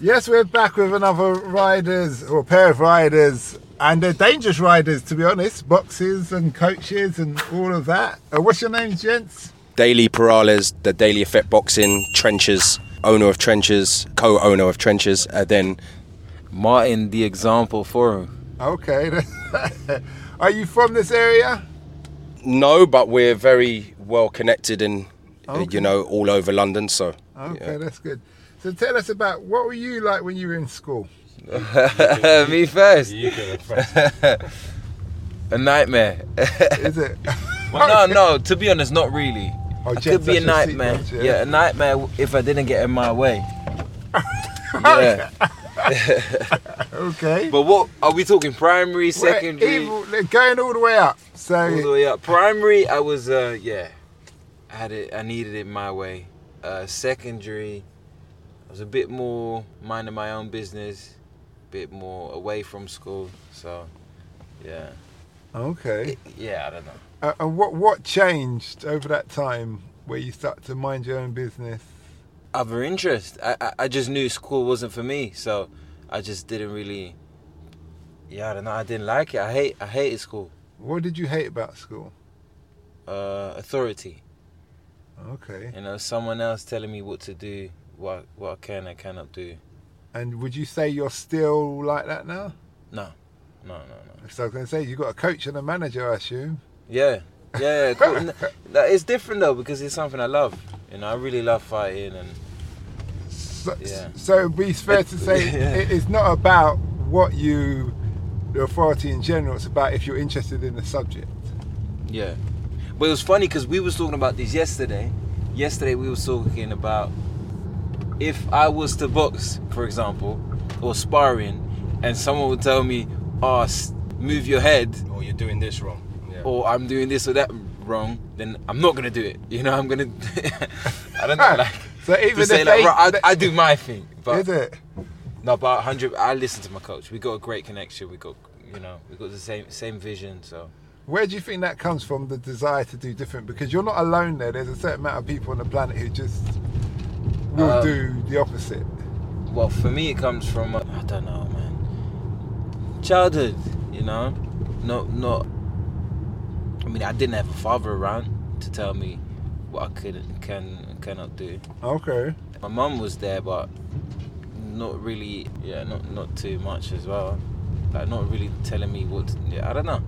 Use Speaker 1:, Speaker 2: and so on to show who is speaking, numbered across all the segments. Speaker 1: Yes, we're back with another riders or pair of riders, and they're dangerous riders to be honest. Boxers and coaches and all of that. Uh, what's your names, gents?
Speaker 2: Daily Perales, the Daily Effect Boxing, Trenches, owner of Trenches, co owner of Trenches, and then
Speaker 3: Martin, the example for him.
Speaker 1: Okay. Are you from this area?
Speaker 2: no, but we're very well connected and, uh,
Speaker 1: Okay.
Speaker 2: you know, all over London, so.
Speaker 1: Okay,
Speaker 2: yeah.
Speaker 1: that's good. So tell us about what were you like when you were in school?
Speaker 3: Me first.
Speaker 4: You get it first.
Speaker 3: A nightmare.
Speaker 1: Is it?
Speaker 3: well, no, no. To be honest, not really.
Speaker 1: Oh,
Speaker 3: I
Speaker 1: jets
Speaker 3: could be
Speaker 1: such
Speaker 3: a
Speaker 1: as
Speaker 3: nightmare.
Speaker 1: seatbelts,
Speaker 3: Yeah.
Speaker 1: yeah.
Speaker 3: a nightmare if I didn't get in my way. yeah.
Speaker 1: okay.
Speaker 3: But what are we talking? Primary,
Speaker 1: We're
Speaker 3: secondary,
Speaker 1: evil- they're going all the way up. So
Speaker 3: all the way up. Primary, I was uh yeah, I had it. I needed it my way. Uh, secondary, I was a bit more minding my own business, bit more away from school. So, yeah,
Speaker 1: okay.
Speaker 3: yeah, I don't know.
Speaker 1: Uh, and what what changed over that time where you start to mind your own business?
Speaker 3: other interest. I, I I just knew school wasn't for me, so I just didn't really. Yeah, I don't know. I didn't like it. I hate I hated school.
Speaker 1: What did you hate about school?
Speaker 3: Uh, authority.
Speaker 1: Okay.
Speaker 3: You know, someone else telling me what to do, what what I can and cannot do.
Speaker 1: And would you say you're still like that now?
Speaker 3: No, no, no.
Speaker 1: So I was going to say you got a coach and a manager, I assume.
Speaker 3: Yeah, yeah. yeah, cool. N- no, it's different though because it's something I love. You know, I really love fighting and
Speaker 1: So,
Speaker 3: Yeah.
Speaker 1: so it'd be fair to say
Speaker 3: Yeah.
Speaker 1: it, it's not about what you, the authority in general. It's about if you're interested in the subject.
Speaker 3: Yeah, but it was funny because we was talking about this yesterday. Yesterday we was talking about if I was to box, for example, or sparring, and someone would tell me, "Oh, s- move your head,"
Speaker 2: Or Oh, you're doing this wrong. Yeah.
Speaker 3: or "I'm doing this or that wrong," then I'm not gonna do it. You know, I'm gonna. I don't know, like
Speaker 1: Ah, So even
Speaker 3: to
Speaker 1: if
Speaker 3: say
Speaker 1: they,
Speaker 3: like, right, I, I do my thing, but
Speaker 1: is it?
Speaker 3: no, but 100. I listen to my coach. We got a great connection. We got, you know, we got the same same vision. So
Speaker 1: Where do you think that comes from, the desire to do different? Because you're not alone there. There's a certain amount of people on the planet who just will
Speaker 3: Um,
Speaker 1: do the opposite.
Speaker 3: well for me it comes from uh, i don't know man childhood you know not not i mean i didn't have a father around to tell me what i could can cannot do
Speaker 1: Okay.
Speaker 3: my mum was there but not really yeah not not too much as well like not really telling me what to, yeah, i don't know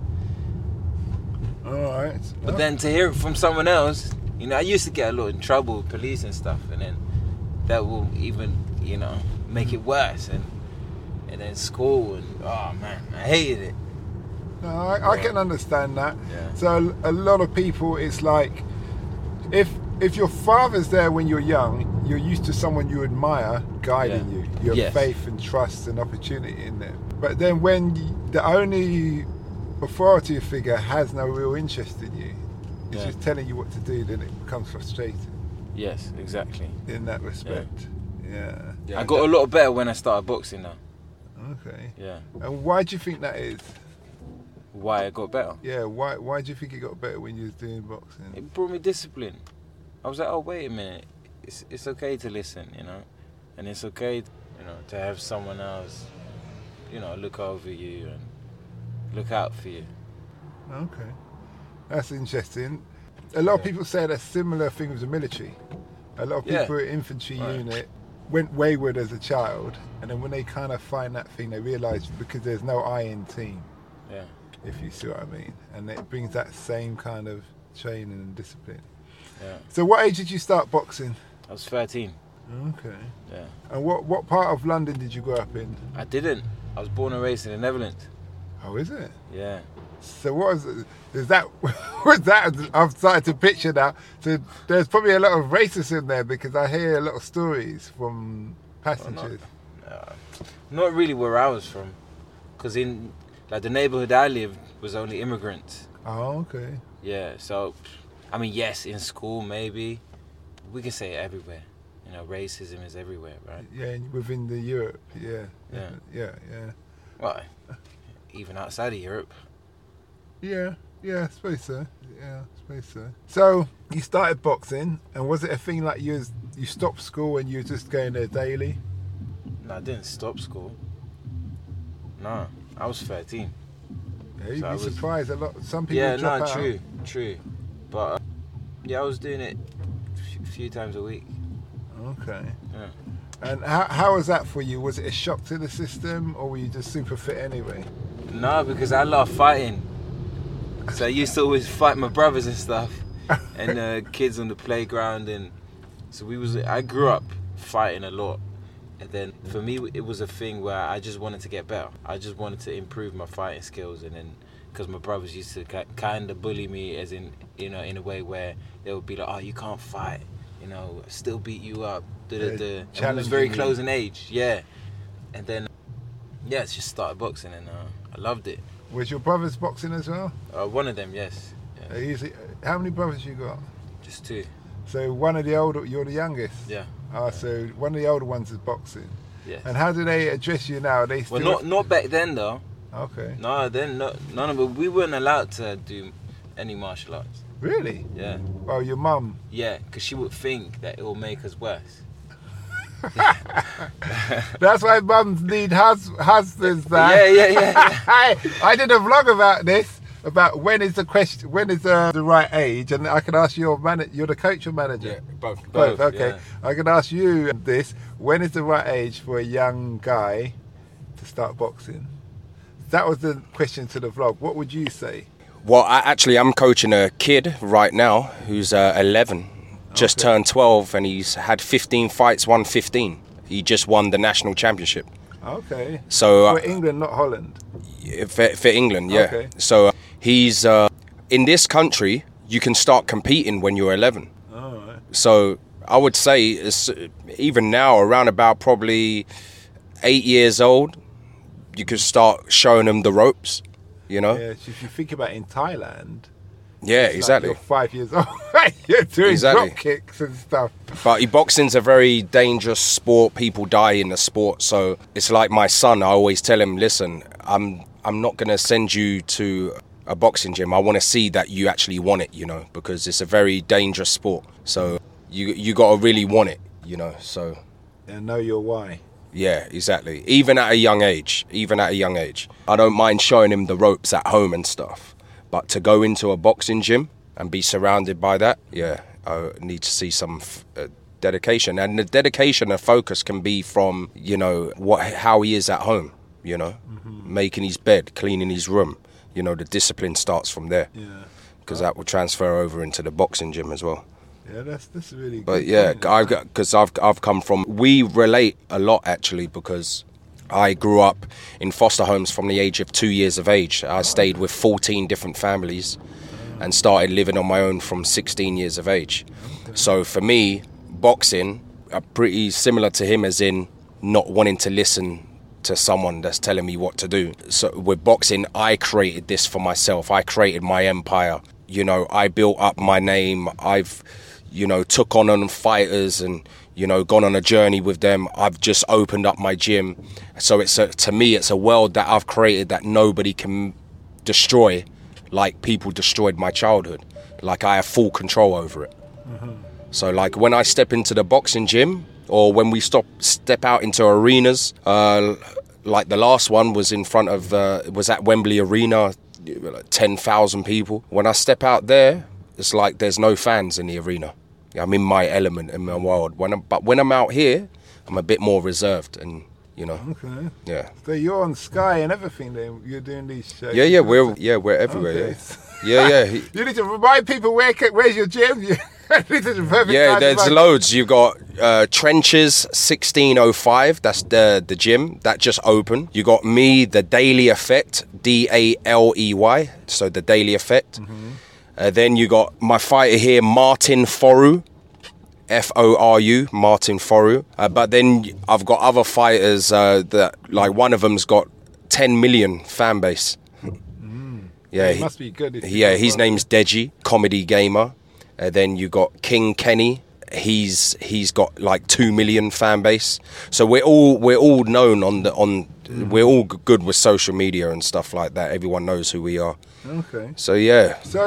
Speaker 1: All right.
Speaker 3: but then to hear it from someone else you know i used to get a lot in trouble with police and stuff and then that will even you know make it worse and and then school and oh man i hated it
Speaker 1: No, I, I can understand that.
Speaker 3: Yeah.
Speaker 1: So a lot of people, it's like if if your father's there when you're young, you're used to someone you admire guiding
Speaker 3: Yeah.
Speaker 1: you. You have
Speaker 3: Yes.
Speaker 1: faith and trust and opportunity in them. But then when y- the only authority figure has no real interest in you, it's
Speaker 3: Yeah.
Speaker 1: just telling you what to do, then it becomes frustrating
Speaker 3: yes exactly
Speaker 1: in that respect. Yeah.
Speaker 3: i got a lot better when i started boxing though
Speaker 1: Okay.
Speaker 3: yeah
Speaker 1: And why do you think that is?
Speaker 3: why i got better
Speaker 1: Yeah. Why Why do you think it got better when you was doing boxing?
Speaker 3: it brought me discipline i was like oh wait a minute it's, it's okay to listen you know and it's okay you know to have someone else you know look over you and look out for you
Speaker 1: Okay, that's interesting. A lot of
Speaker 3: Yeah.
Speaker 1: people say that similar thing with the military. A lot of
Speaker 3: Yeah.
Speaker 1: people in infantry
Speaker 3: Right.
Speaker 1: unit went wayward as a child, and then when they kind of find that thing, they realise because there's no I in team,
Speaker 3: yeah
Speaker 1: if you see what I mean, and it brings that same kind of training and discipline.
Speaker 3: yeah
Speaker 1: So, what age did you start boxing?
Speaker 3: i was 13
Speaker 1: Okay.
Speaker 3: Yeah.
Speaker 1: And what what part of London did you grow up in?
Speaker 3: I didn't. I was born and raised in the Netherlands.
Speaker 1: Oh, is it?
Speaker 3: Yeah.
Speaker 1: So what is, is that? Was that? I've started to picture now. So there's probably a lot of racism there because I hear a lot of stories from passengers.
Speaker 3: Uh, not really where I was from, because in like the neighborhood I lived was only immigrants.
Speaker 1: Oh, okay.
Speaker 3: Yeah. So, I mean, yes, in school maybe, we can say it everywhere. You know, racism is everywhere, right?
Speaker 1: Yeah, and within the Europe. Yeah.
Speaker 3: Yeah.
Speaker 1: Yeah. Yeah.
Speaker 3: Well, even outside of Europe.
Speaker 1: Yeah. Yeah. I suppose so. Yeah. I suppose so. So you started boxing, and was it a thing like you was, you stopped school and you were just going there daily?
Speaker 3: No, I didn't stop school. Nah, I was 13.
Speaker 1: Yeah, you'd
Speaker 3: So I
Speaker 1: be
Speaker 3: was-
Speaker 1: surprised a lot. Some people
Speaker 3: yeah,
Speaker 1: drop
Speaker 3: no,
Speaker 1: out.
Speaker 3: true, true. But uh, yeah, I was doing it a few times a week.
Speaker 1: Okay.
Speaker 3: Yeah.
Speaker 1: And how, how was that for you? Was it a shock to the system, or were you just super fit anyway?
Speaker 3: No, because I love fighting. So I used to always fight my brothers and stuff, and uh, kids on the playground, and so we was. I grew up fighting a lot, and then
Speaker 1: Mm.
Speaker 3: for me it was a thing where I just wanted to get better. I just wanted to improve my fighting skills, and then because my brothers used to kind of bully me, as in you know, in a way where they would be like, "Oh, you can't fight," you know, still beat you up. Da, da, da.
Speaker 1: Yeah,
Speaker 3: And we was
Speaker 1: challenging
Speaker 3: very
Speaker 1: you.
Speaker 3: close in age, yeah, and then yeah, it's just started boxing, and uh, I loved it.
Speaker 1: Was your brothers boxing as well?
Speaker 3: Uh, one of them, yes.
Speaker 1: Uh, usually- How many brothers you got?
Speaker 3: Just two.
Speaker 1: So one of the older, you're the youngest.
Speaker 3: Yeah.
Speaker 1: Ah, so one of the older ones is boxing.
Speaker 3: Yes.
Speaker 1: And how do they address you now? Are they Uh, still
Speaker 3: well, not not back then though.
Speaker 1: okay?
Speaker 3: No, then no, none of it. We weren't allowed to do any martial arts.
Speaker 1: Really?
Speaker 3: Yeah,
Speaker 1: Well, your mum.
Speaker 3: yeah, because she would think that it will make us worse.
Speaker 1: That's why mums need hus- husbands. That
Speaker 3: Yeah, yeah, yeah, yeah.
Speaker 1: I, I did a vlog about this about when is the question, when is the, the right age, and I can ask your man. You're the coach or manager.
Speaker 3: both.
Speaker 1: Both, okay. I can ask you this: When is the right age for a young guy to start boxing? That was the question to the vlog. What would you say?
Speaker 2: Well, I, actually, I'm coaching a kid right now who's uh, 11, just
Speaker 1: Okay.
Speaker 2: turned 12, and he's had 15 fights, won 15. He just won the national championship.
Speaker 1: Okay.
Speaker 2: So uh,
Speaker 1: for England, not Holland.
Speaker 2: for, for England, yeah.
Speaker 1: Okay.
Speaker 2: So uh, he's uh, in this country. You can start competing when you're 11.
Speaker 1: All right.
Speaker 2: So I would say it's, uh, even now, around about probably eight years old, you can start showing them the ropes. You know?
Speaker 1: Yeah. so If you think about it, in Thailand,
Speaker 2: Yeah,
Speaker 1: it's like
Speaker 2: exactly.
Speaker 1: you're five years old. you're doing
Speaker 2: Exactly.
Speaker 1: drop kicks and stuff.
Speaker 2: But boxing's a very dangerous sport. People die in the sport, so it's like my son. I always tell him, "Listen, I'm I'm not gonna send you to a boxing gym. I want to see that you actually want it, you know, because it's a very dangerous sport. So you you gotta really want it, you know. So
Speaker 1: And know your why.
Speaker 2: yeah, exactly. Even at a young age, even at a young age, I don't mind showing him the ropes at home and stuff. But to go into a boxing gym and be surrounded by that, yeah, I need to see some f- uh, dedication. And the dedication and focus can be from you know what how he is at home, you know, making his bed, cleaning his room. You know, the discipline starts from there
Speaker 1: Yeah.
Speaker 2: because that will transfer over into the boxing gym as well.
Speaker 1: Yeah, that's that's a really.
Speaker 2: But
Speaker 1: good
Speaker 2: yeah,
Speaker 1: point.
Speaker 2: I've got because I've I've come from. We relate a lot actually because I grew up in foster homes from the age of two years of age. I stayed with fourteen different families, and started living on my own from sixteen years of age. So for me, boxing are pretty similar to him as in not wanting to listen to someone that's telling me what to do. So with boxing, I created this for myself. I created my empire. You know, I built up my name. I've, you know, took on on fighters and you know gone on a journey with them. I've just opened up my gym. So it's a, to me, it's a world that I've created that nobody can destroy, like people destroyed my childhood. Like I have full control over it. So like when I step into the boxing gym or when we stop step out into arenas, uh, like the last one was in front of uh, was at Wembley Arena, like ten thousand people. When I step out there, it's like there's no fans in the arena. I'm in my element in my world. When I'm, but when I'm out here, I'm a bit more reserved and you know,
Speaker 1: Okay.
Speaker 2: yeah,
Speaker 1: So you're on Sky and everything. Then you're doing these shows.
Speaker 2: yeah, yeah. We're yeah we're everywhere.
Speaker 1: Okay.
Speaker 2: Yeah, yeah, yeah.
Speaker 1: You need to remind people where ca- where's your gym. You need to remember
Speaker 2: Yeah,
Speaker 1: to
Speaker 2: there's
Speaker 1: remind-
Speaker 2: loads. You've got uh, Trenches 1605. That's the the gym that just opened. You got me, the Daily Effect, D A L E Y. So the Daily Effect.
Speaker 1: Mm-hmm.
Speaker 2: Uh, then you got my fighter here, Martin Foru. F O R U, Martin Foru. Uh, but then I've got other fighters uh, that, like, one of them's got 10 million fan base. Yeah,
Speaker 1: Mm. It
Speaker 2: he-
Speaker 1: must be good. if you
Speaker 2: yeah,
Speaker 1: can
Speaker 2: his
Speaker 1: run.
Speaker 2: name's Deji, comedy gamer. Uh, then you got King Kenny. He's he's got like two million fan base. So we're all we're all known on the on. We're all g- good with social media and stuff like that. Everyone knows who we are.
Speaker 1: Okay.
Speaker 2: So yeah,
Speaker 1: So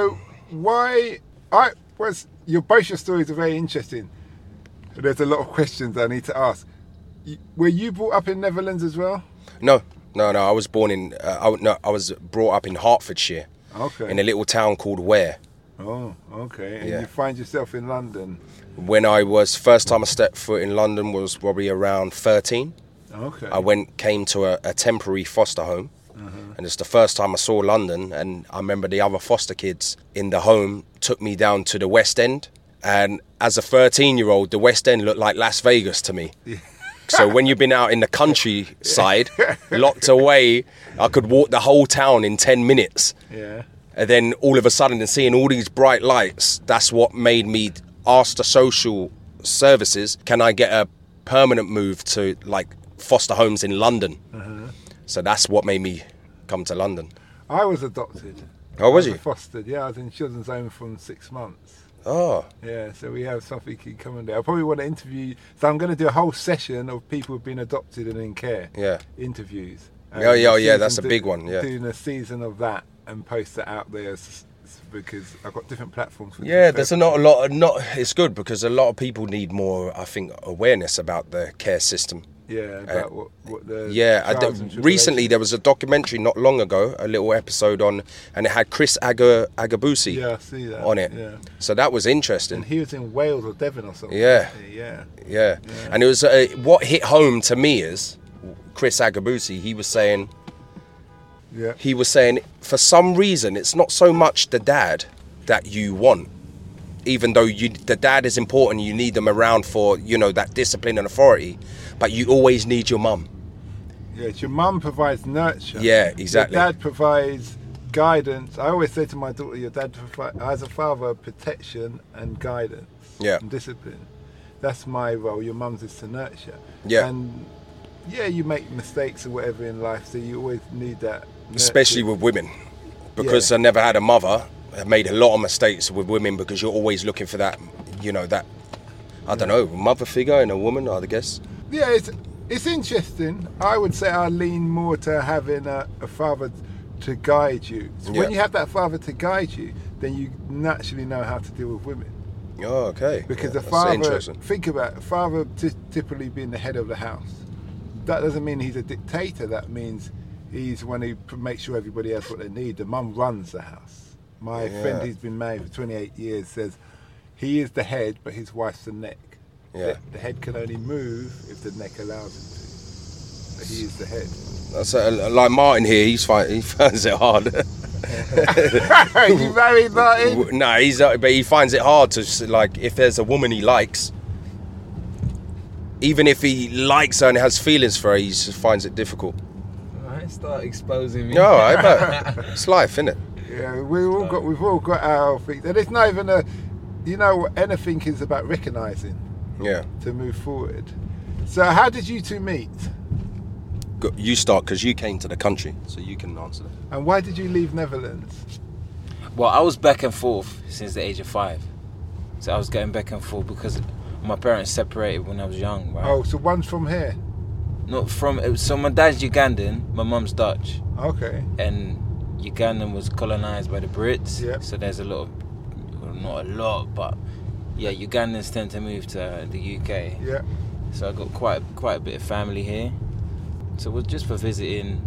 Speaker 1: why I was your both your stories are very interesting. There's a lot of questions I need to ask. y- were you brought up in Netherlands as well?
Speaker 2: No, no, no. I was born in. Uh, I, w- no, I was brought up in Hertfordshire,
Speaker 1: Okay.
Speaker 2: in a little town called Ware.
Speaker 1: oh, okay. And
Speaker 2: Yeah.
Speaker 1: you find yourself in London.
Speaker 2: When I was first time I stepped foot in London was probably around thirteen.
Speaker 1: Okay.
Speaker 2: I went came to a, a temporary foster home, and it's the first time I saw London. And I remember the other foster kids in the home took me down to the West End, and as a thirteen-year-old, the West End looked like Las Vegas to me. So when you've been out in the countryside, locked away, I could walk the whole town in ten minutes.
Speaker 1: yeah.
Speaker 2: And then all of a sudden, and seeing all these bright lights, that's what made me ask the social services, can I get a permanent move to like foster homes in London?
Speaker 1: Uh-huh.
Speaker 2: So that's what made me come to London.
Speaker 1: I was adopted.
Speaker 2: Oh, was
Speaker 1: I
Speaker 2: you?
Speaker 1: Fostered. Yeah, I was in children's home from six months.
Speaker 2: Oh,
Speaker 1: Yeah, so we have something in common there. I probably want to interview. So I'm going to do a whole session of people who've been adopted and in care.
Speaker 2: Yeah. Oh,
Speaker 1: Interviews.
Speaker 2: Yeah, yeah,
Speaker 1: a
Speaker 2: yeah, that's
Speaker 1: season
Speaker 2: a big one, yeah.
Speaker 1: Doing a season of that and post that out there s- s- because I've got different platforms. For
Speaker 2: yeah.
Speaker 1: different
Speaker 2: There's not a lot. Not it's good because a lot of people need more. I think awareness about the care system.
Speaker 1: Yeah, about what, what the
Speaker 2: Uh, Yeah, I
Speaker 1: trials
Speaker 2: d-
Speaker 1: and
Speaker 2: recently there was a documentary not long ago, a little episode on, and it had Chris Aga, Agabusi
Speaker 1: Yeah, I see that,
Speaker 2: on it.
Speaker 1: yeah.
Speaker 2: So that was interesting.
Speaker 1: And he was in Wales or Devon or something.
Speaker 2: Yeah.
Speaker 1: wasn't he? Yeah.
Speaker 2: Yeah. And it was uh, what hit home to me is Chris Agabusi. He was saying
Speaker 1: Yeah.
Speaker 2: he was saying for some reason it's not so much the dad that you want, even though you the dad is important. You need them around for you know that discipline and authority, but you always need your mum.
Speaker 1: Yeah, it's your mum provides nurture.
Speaker 2: Yeah, exactly.
Speaker 1: Your dad provides guidance. I always say to my daughter, your dad provi- as a father, protection and guidance.
Speaker 2: Yeah.
Speaker 1: And discipline. That's my role. Your mum's is to nurture.
Speaker 2: Yeah.
Speaker 1: And yeah, you make mistakes or whatever in life, so you always need that. nurture.
Speaker 2: especially with women because
Speaker 1: Yeah.
Speaker 2: i never had a mother i made a lot of mistakes with women because you're always looking for that you know that i don't know mother figure in a woman i guess
Speaker 1: Yeah, it's it's interesting. I would say I lean more to having a, a father to guide you. So
Speaker 2: Yeah.
Speaker 1: When you have that father to guide you, then you naturally know how to deal with women.
Speaker 2: oh okay
Speaker 1: Because
Speaker 2: Yeah,
Speaker 1: the
Speaker 2: that's
Speaker 1: father,
Speaker 2: interesting
Speaker 1: think about it, father ty- typically being the head of the house. That doesn't mean he's a dictator. That means he's one who p- makes sure everybody has what they need. The mum runs the house. My
Speaker 2: Yeah.
Speaker 1: friend who's been married for 28 years says he is the head, but his wife's the neck.
Speaker 2: Yeah.
Speaker 1: The, the head can only move if the neck allows him to. But he is the head.
Speaker 2: that's uh, like martin here he's fight, he finds it hard
Speaker 1: you married Martin?
Speaker 2: no he's uh, but he finds it hard to s- like if there's a woman he likes even if he likes her and has feelings for her he s- finds it difficult
Speaker 3: I start exposing me.
Speaker 2: no i bet it's life isn't it
Speaker 1: Yeah, we've all got we've all got our things, and it's not even a. You know, anything is about recognizing.
Speaker 2: yeah
Speaker 1: to move forward. So, how did you two meet,
Speaker 2: Go- you start because you came to the country so you can answer that
Speaker 1: and why did you leave Netherlands?
Speaker 3: Well, I was back and forth since the age of five. So I was getting back and forth because my parents separated when I was young, right?
Speaker 1: Oh, so one's from here.
Speaker 3: Not from. So my dad's Ugandan, my mum's Dutch.
Speaker 1: Okay,
Speaker 3: and Ugandan was colonized by the Brits.
Speaker 1: Yeah.
Speaker 3: So there's a lot of, well, not a lot, but yeah, Ugandans tend to move to the UK.
Speaker 1: yeah,
Speaker 3: So I got quite quite a bit of family here. So it was just for visiting,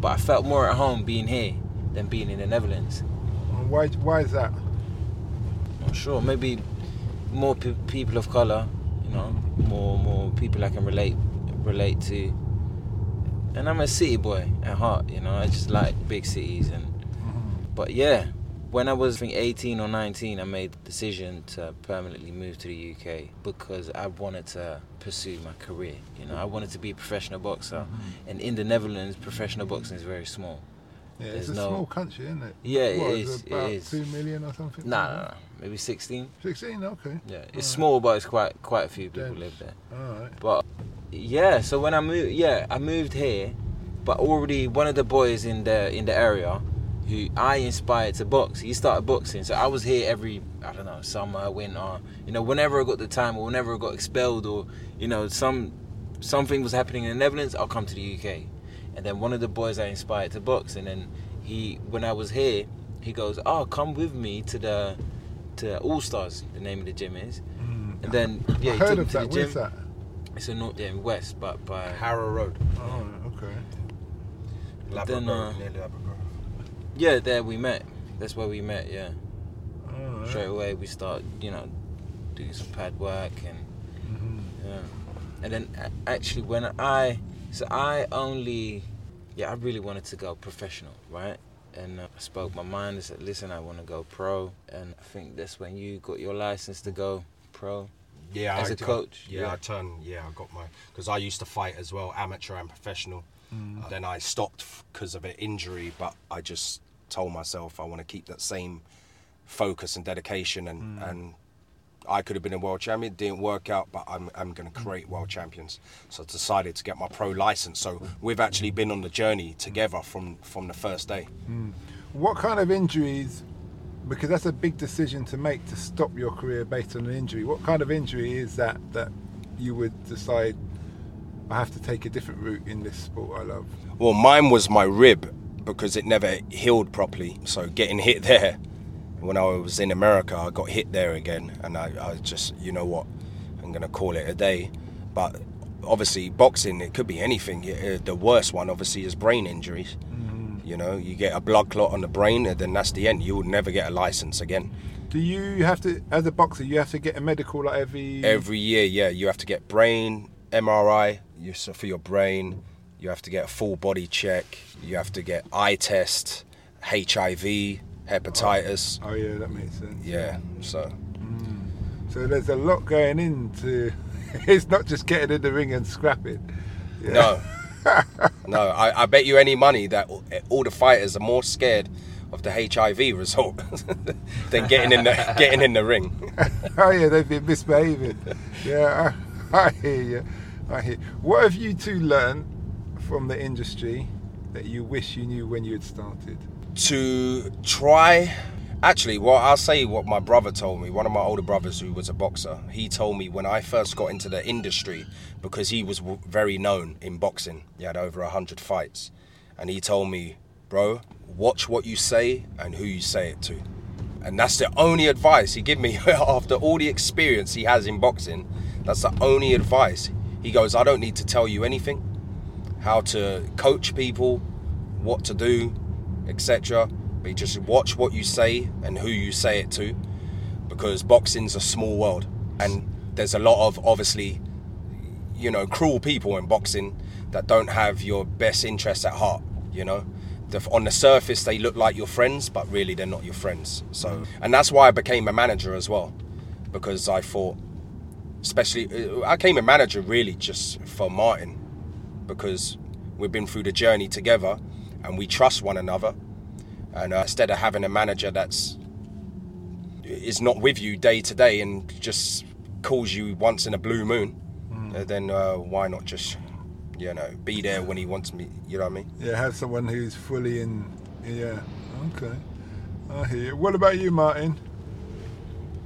Speaker 3: but I felt more at home being here than being in the Netherlands.
Speaker 1: and why? Why is that?
Speaker 3: Not sure, maybe more pe- people of color, you know, more more people I can relate relate to. And I'm a city boy at heart, you know. I just like big cities and But yeah, when I was I think 18 or 19, I made the decision to permanently move to the UK because I wanted to pursue my career. You know, I wanted to be a professional boxer, and in the Netherlands, professional boxing is very small.
Speaker 1: Yeah, it's
Speaker 3: There's
Speaker 1: a
Speaker 3: no-
Speaker 1: small country, isn't it?
Speaker 3: Yeah, it
Speaker 1: What,
Speaker 3: is,
Speaker 1: it's
Speaker 3: it
Speaker 1: About
Speaker 3: is.
Speaker 1: two million or something.
Speaker 3: Nah, nah, nah, maybe 16.
Speaker 1: sixteen. Okay,
Speaker 3: Yeah, it's
Speaker 1: Alright.
Speaker 3: small, but it's quite quite a few people
Speaker 1: Dense.
Speaker 3: live there.
Speaker 1: all right.
Speaker 3: But yeah, so when I moved, yeah, I moved here, but already one of the boys in the in the area, who I inspired to box, he started boxing. So I was here every I don't know summer, winter, you know, whenever I got the time or whenever I got expelled or you know some something was happening in the Netherlands, I'll come to the UK. And then one of the boys I inspired to box, and then he when I was here, he goes, oh, come with me to the to All Stars, the name of the gym is. And then yeah,
Speaker 1: I
Speaker 3: he
Speaker 1: heard
Speaker 3: took me
Speaker 1: of
Speaker 3: to
Speaker 1: that.
Speaker 3: the gym.
Speaker 1: Where's that?
Speaker 3: It's in North in West, but by
Speaker 4: Harrow Road.
Speaker 1: Oh, okay.
Speaker 4: Labrador,
Speaker 3: Then, uh,
Speaker 4: near Labrador.
Speaker 3: yeah, there we met. That's where we met. Yeah,
Speaker 1: All right.
Speaker 3: straight away we start, you know, doing some pad work and
Speaker 1: Mhm.
Speaker 3: yeah, and then a- actually when I so I only yeah I really wanted to go professional, right? And uh, I spoke my mind. I said, listen, I want to go pro, and I think that's when you got your license to go pro.
Speaker 4: Yeah,
Speaker 3: as
Speaker 4: I
Speaker 3: a
Speaker 4: do-
Speaker 3: coach,
Speaker 4: Yeah,
Speaker 3: yeah.
Speaker 4: I turned. Yeah, I got my because I used to fight as well, amateur and professional.
Speaker 3: Mm.
Speaker 4: Then I stopped because of an injury, but I just told myself I want to keep that same focus and dedication, and
Speaker 3: Mm.
Speaker 4: and I could have been a world champion. It didn't work out, but I'm I'm going
Speaker 3: Mm.
Speaker 4: to create world champions. So I decided to get my pro license. So we've actually been on the journey together from from the first day.
Speaker 1: What kind of injuries? Because that's a big decision to make to stop your career based on an injury. What kind of injury is that that you would decide I have to take a different route in this sport I love?
Speaker 2: Well, mine was my rib because it never healed properly. So getting hit there, when I was in America, I got hit there again, and I, I just, you know what, I'm gonna call it a day. But obviously, boxing it could be anything. Y- uh, The worst one, obviously, is brain injuries. You know, you get a blood clot on the brain, and then that's the end. You will never get a license again.
Speaker 1: Do you have to, as a boxer, you have to get a medical like every?
Speaker 2: Every year, yeah, you have to get brain MRI. You so for your brain, you have to get a full body check. You have to get eye test, HIV, hepatitis.
Speaker 1: Oh yeah, that makes sense.
Speaker 2: Yeah, so
Speaker 1: So there's a lot going into. it's not just getting in the ring and scrapping. Yeah.
Speaker 2: no, no. I, I bet you any money that all, all the fighters are more scared of the HIV result than getting in the getting in the ring.
Speaker 1: oh yeah, they've been misbehaving. yeah, I, I hear you. I hear. What have you two learned from the industry that you wish you knew when you had started?
Speaker 2: to try. Actually, well, I'll say what my brother told me. One of my older brothers, who was a boxer, he told me when I first got into the industry, because he was w- very known in boxing. He had over a hundred fights, and he told me, "Bro, watch what you say and who you say it to." And that's the only advice he gave me after all the experience he has in boxing. That's the only advice. He goes, "I don't need to tell you anything how to coach people, what to do, etc. But you just watch what you say and who you say it to, because boxing's a small world, and there's a lot of obviously, you know, cruel people in boxing that don't have your best interests at heart. You know, The- on the surface they look like your friends, but really they're not your friends. So, and that's why I became a manager as well, because I thought, especially, I became a manager really just for Martin because we've been through the journey together and we trust one another. And uh, instead of having a manager that's is not with you day to day and just calls you once in a blue moon, uh, then uh, why not just you know be there when he wants me? You know what I mean?
Speaker 1: Yeah, have someone who's fully in. Yeah, okay. I hear. You. What about you, Martin?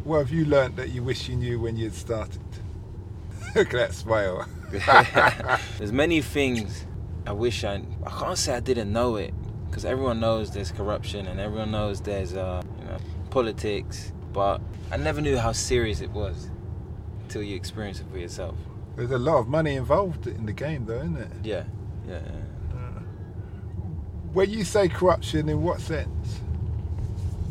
Speaker 1: What have you learnt that you wish you knew when you had started? Look at that smile.
Speaker 3: there's many things I wish I I can't say I didn't know it because everyone knows there's corruption and everyone knows there's uh, you know politics, but I never knew how serious it was until you experience it for yourself.
Speaker 1: There's a lot of money involved in the game, though, isn't it?
Speaker 3: Yeah, yeah. yeah.
Speaker 1: When you say corruption, in what sense?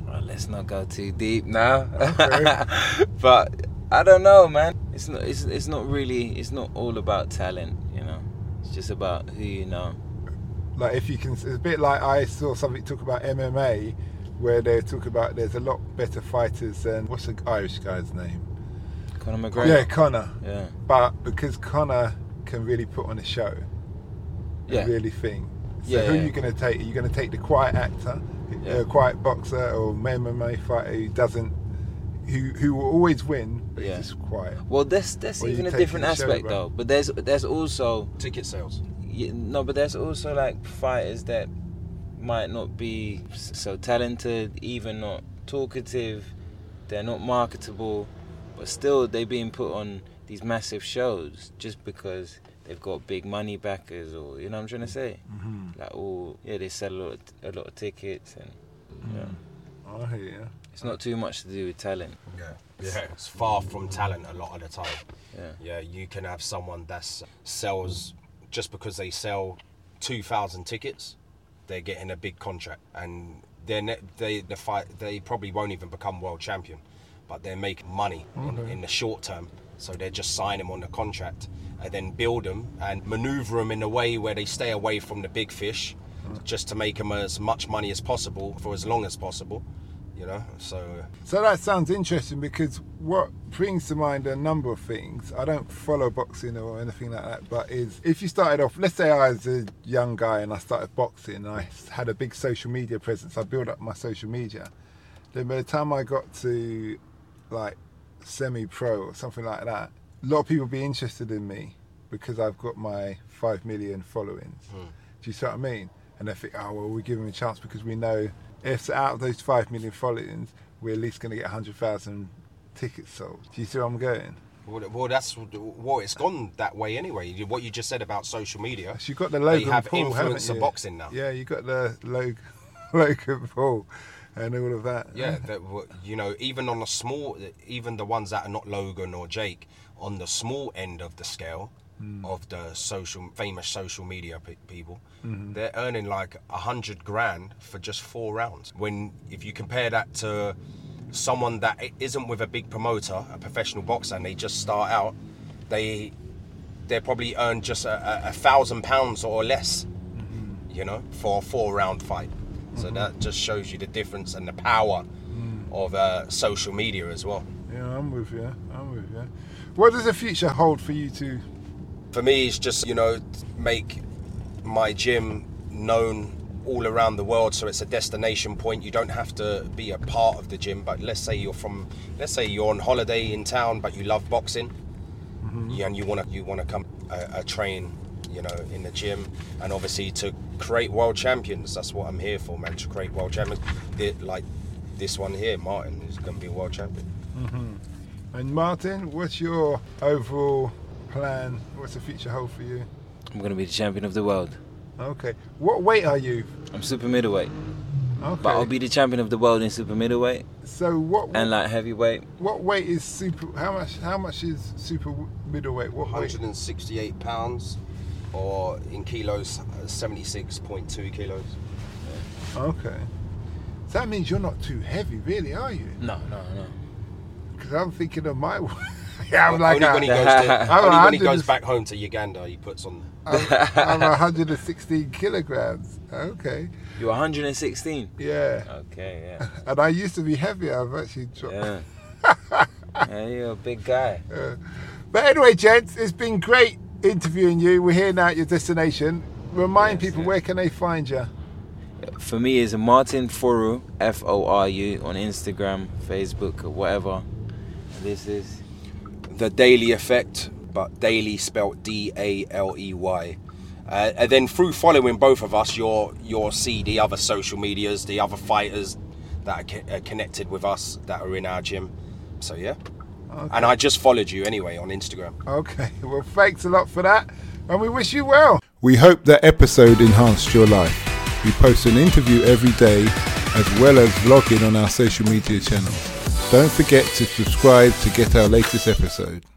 Speaker 3: Well, let's not go too deep now.
Speaker 1: Okay.
Speaker 3: but I don't know, man. It's not. It's, it's not really. It's not all about talent, you know. It's just about who you know.
Speaker 1: like if you can it's a bit like i saw something talk about mma where they talk about there's a lot better fighters than what's the irish guy's name
Speaker 3: Conor McGregor.
Speaker 1: yeah connor
Speaker 3: Yeah.
Speaker 1: but because connor can really put on a show
Speaker 3: Yeah.
Speaker 1: and really thing so
Speaker 3: Yeah,
Speaker 1: who
Speaker 3: yeah.
Speaker 1: are you going to take are you going to take the quiet actor
Speaker 3: Yeah.
Speaker 1: a quiet boxer or mma fighter who doesn't who who will always win but
Speaker 3: Yeah.
Speaker 1: he's just quiet
Speaker 3: Well, that's that's
Speaker 1: Or you
Speaker 3: even a
Speaker 1: take
Speaker 3: different
Speaker 1: the show,
Speaker 3: aspect
Speaker 1: bro.
Speaker 3: though. But there's there's also
Speaker 4: Ticket sales.
Speaker 3: y- no, but there's also like fighters that might not be s- so talented, even not talkative. They're not marketable, but still they're being put on these massive shows just because they've got big money backers, or you know what I'm trying to say.
Speaker 1: Mm-hmm. Mm.
Speaker 3: Like, oh yeah, they sell a lot, of, a lot of tickets, and yeah.
Speaker 1: I hear. you.
Speaker 3: It's not too much to do with talent.
Speaker 2: Yeah. Yeah, it's far from talent a lot of the time.
Speaker 3: Yeah.
Speaker 2: Yeah, you can have someone that sells just because they sell 2,000 tickets, they're getting a big contract, and they're ne- they the fight they probably won't even become world champion, but they're making money in, in the short term. So they just sign them on the contract and then build them and maneuver them in a way where they stay away from the big fish, just to make them as much money as possible for as long as possible. You know, so
Speaker 1: So that sounds interesting because what brings to mind a number of things. I don't follow boxing or anything like that, but is if you started off, let's say I was a young guy and I started boxing and I had a big social media presence, I built up my social media. Then by the time I got to like semi pro or something like that, a lot of people be interested in me because I've got my 5 million followings.
Speaker 2: Hmm.
Speaker 1: Do you see what I mean? And they think, oh, well, we give them a chance because we know if out of those 5 million followings, we're at least going to get 100,000 tickets sold. Do you see where I'm going?
Speaker 2: Well, well, that's well, it's gone that way anyway. You- What you just said about social media.
Speaker 1: So you've got the Logan
Speaker 2: They have
Speaker 1: Paul, haven't
Speaker 2: influencer
Speaker 1: you?
Speaker 2: boxing now.
Speaker 1: Yeah, you've got the Logan, Logan Paul and all of that.
Speaker 2: Yeah, that w- you know, even on the small, even the ones that are not Logan or Jake, on the small end of the scale of the social, famous social media pe- people, they're earning like a hundred grand for just four rounds. When if you compare that to someone that i- isn't with a big promoter, a professional boxer, and they just start out, they they probably earn just a, a, a thousand pounds or less you know, for a four round fight. So that just shows you the difference and the power of uh, social media as well.
Speaker 1: Yeah, I'm with you. I'm with you. What does the future hold for you two?
Speaker 2: For me, it's just, you know, make my gym known all around the world so it's a destination point. You don't have to be a part of the gym, but let's say you're from, let's say you're on holiday in town, but you love boxing. yeah, and you want to you want to come uh, uh, train you know in the gym and obviously to create world champions that's what i'm here for man to create world champions It- like this one here martin is going to be a world champion
Speaker 1: And Martin, what's your overall plan? What's the future hold for you?
Speaker 3: I'm gonna be the champion of the world.
Speaker 1: Okay. What weight are you?
Speaker 3: I'm super middleweight,
Speaker 1: Okay.
Speaker 3: but I'll be the champion of the world in super middleweight
Speaker 1: so what
Speaker 3: and light heavyweight.
Speaker 1: what weight is super how much how much is super middleweight? What weight?
Speaker 2: 168 pounds or in kilos 76.2 kilos
Speaker 1: Okay. So that means you're not too heavy really, are you?
Speaker 3: No, no, no.
Speaker 1: Because I'm thinking of my weight. yeah, I'm like
Speaker 2: only, when he, goes
Speaker 1: a,
Speaker 2: to,
Speaker 1: I'm
Speaker 2: only when
Speaker 1: 100
Speaker 2: he goes back home to uganda he puts on
Speaker 1: I'm, I'm 116 kilograms. Okay.
Speaker 3: You're 116.
Speaker 1: Yeah.
Speaker 3: Okay, yeah,
Speaker 1: And I used to be heavier. I've actually dropped.
Speaker 3: yeah. yeah you're a big guy.
Speaker 1: But anyway, gents, it's been great interviewing you. We're here now at your destination. Remind
Speaker 3: Yes,
Speaker 1: people
Speaker 3: yeah.
Speaker 1: where can they find you?
Speaker 3: For me, it's Martin Foru, F O R U, on Instagram, Facebook, or whatever. And this is
Speaker 5: the daily effect, but daily spelt D A L E Y. Uh, and then through following both of us, you'll you'll see the other social medias, the other fighters that are, co- are connected with us that are in our gym. So yeah, and I just followed you anyway on Instagram.
Speaker 1: Okay, well, thanks a lot for that, and we wish you well. We hope that episode enhanced your life. We post an interview every day as well as vlogging on our social media channels. Don't forget to subscribe to get our latest episode.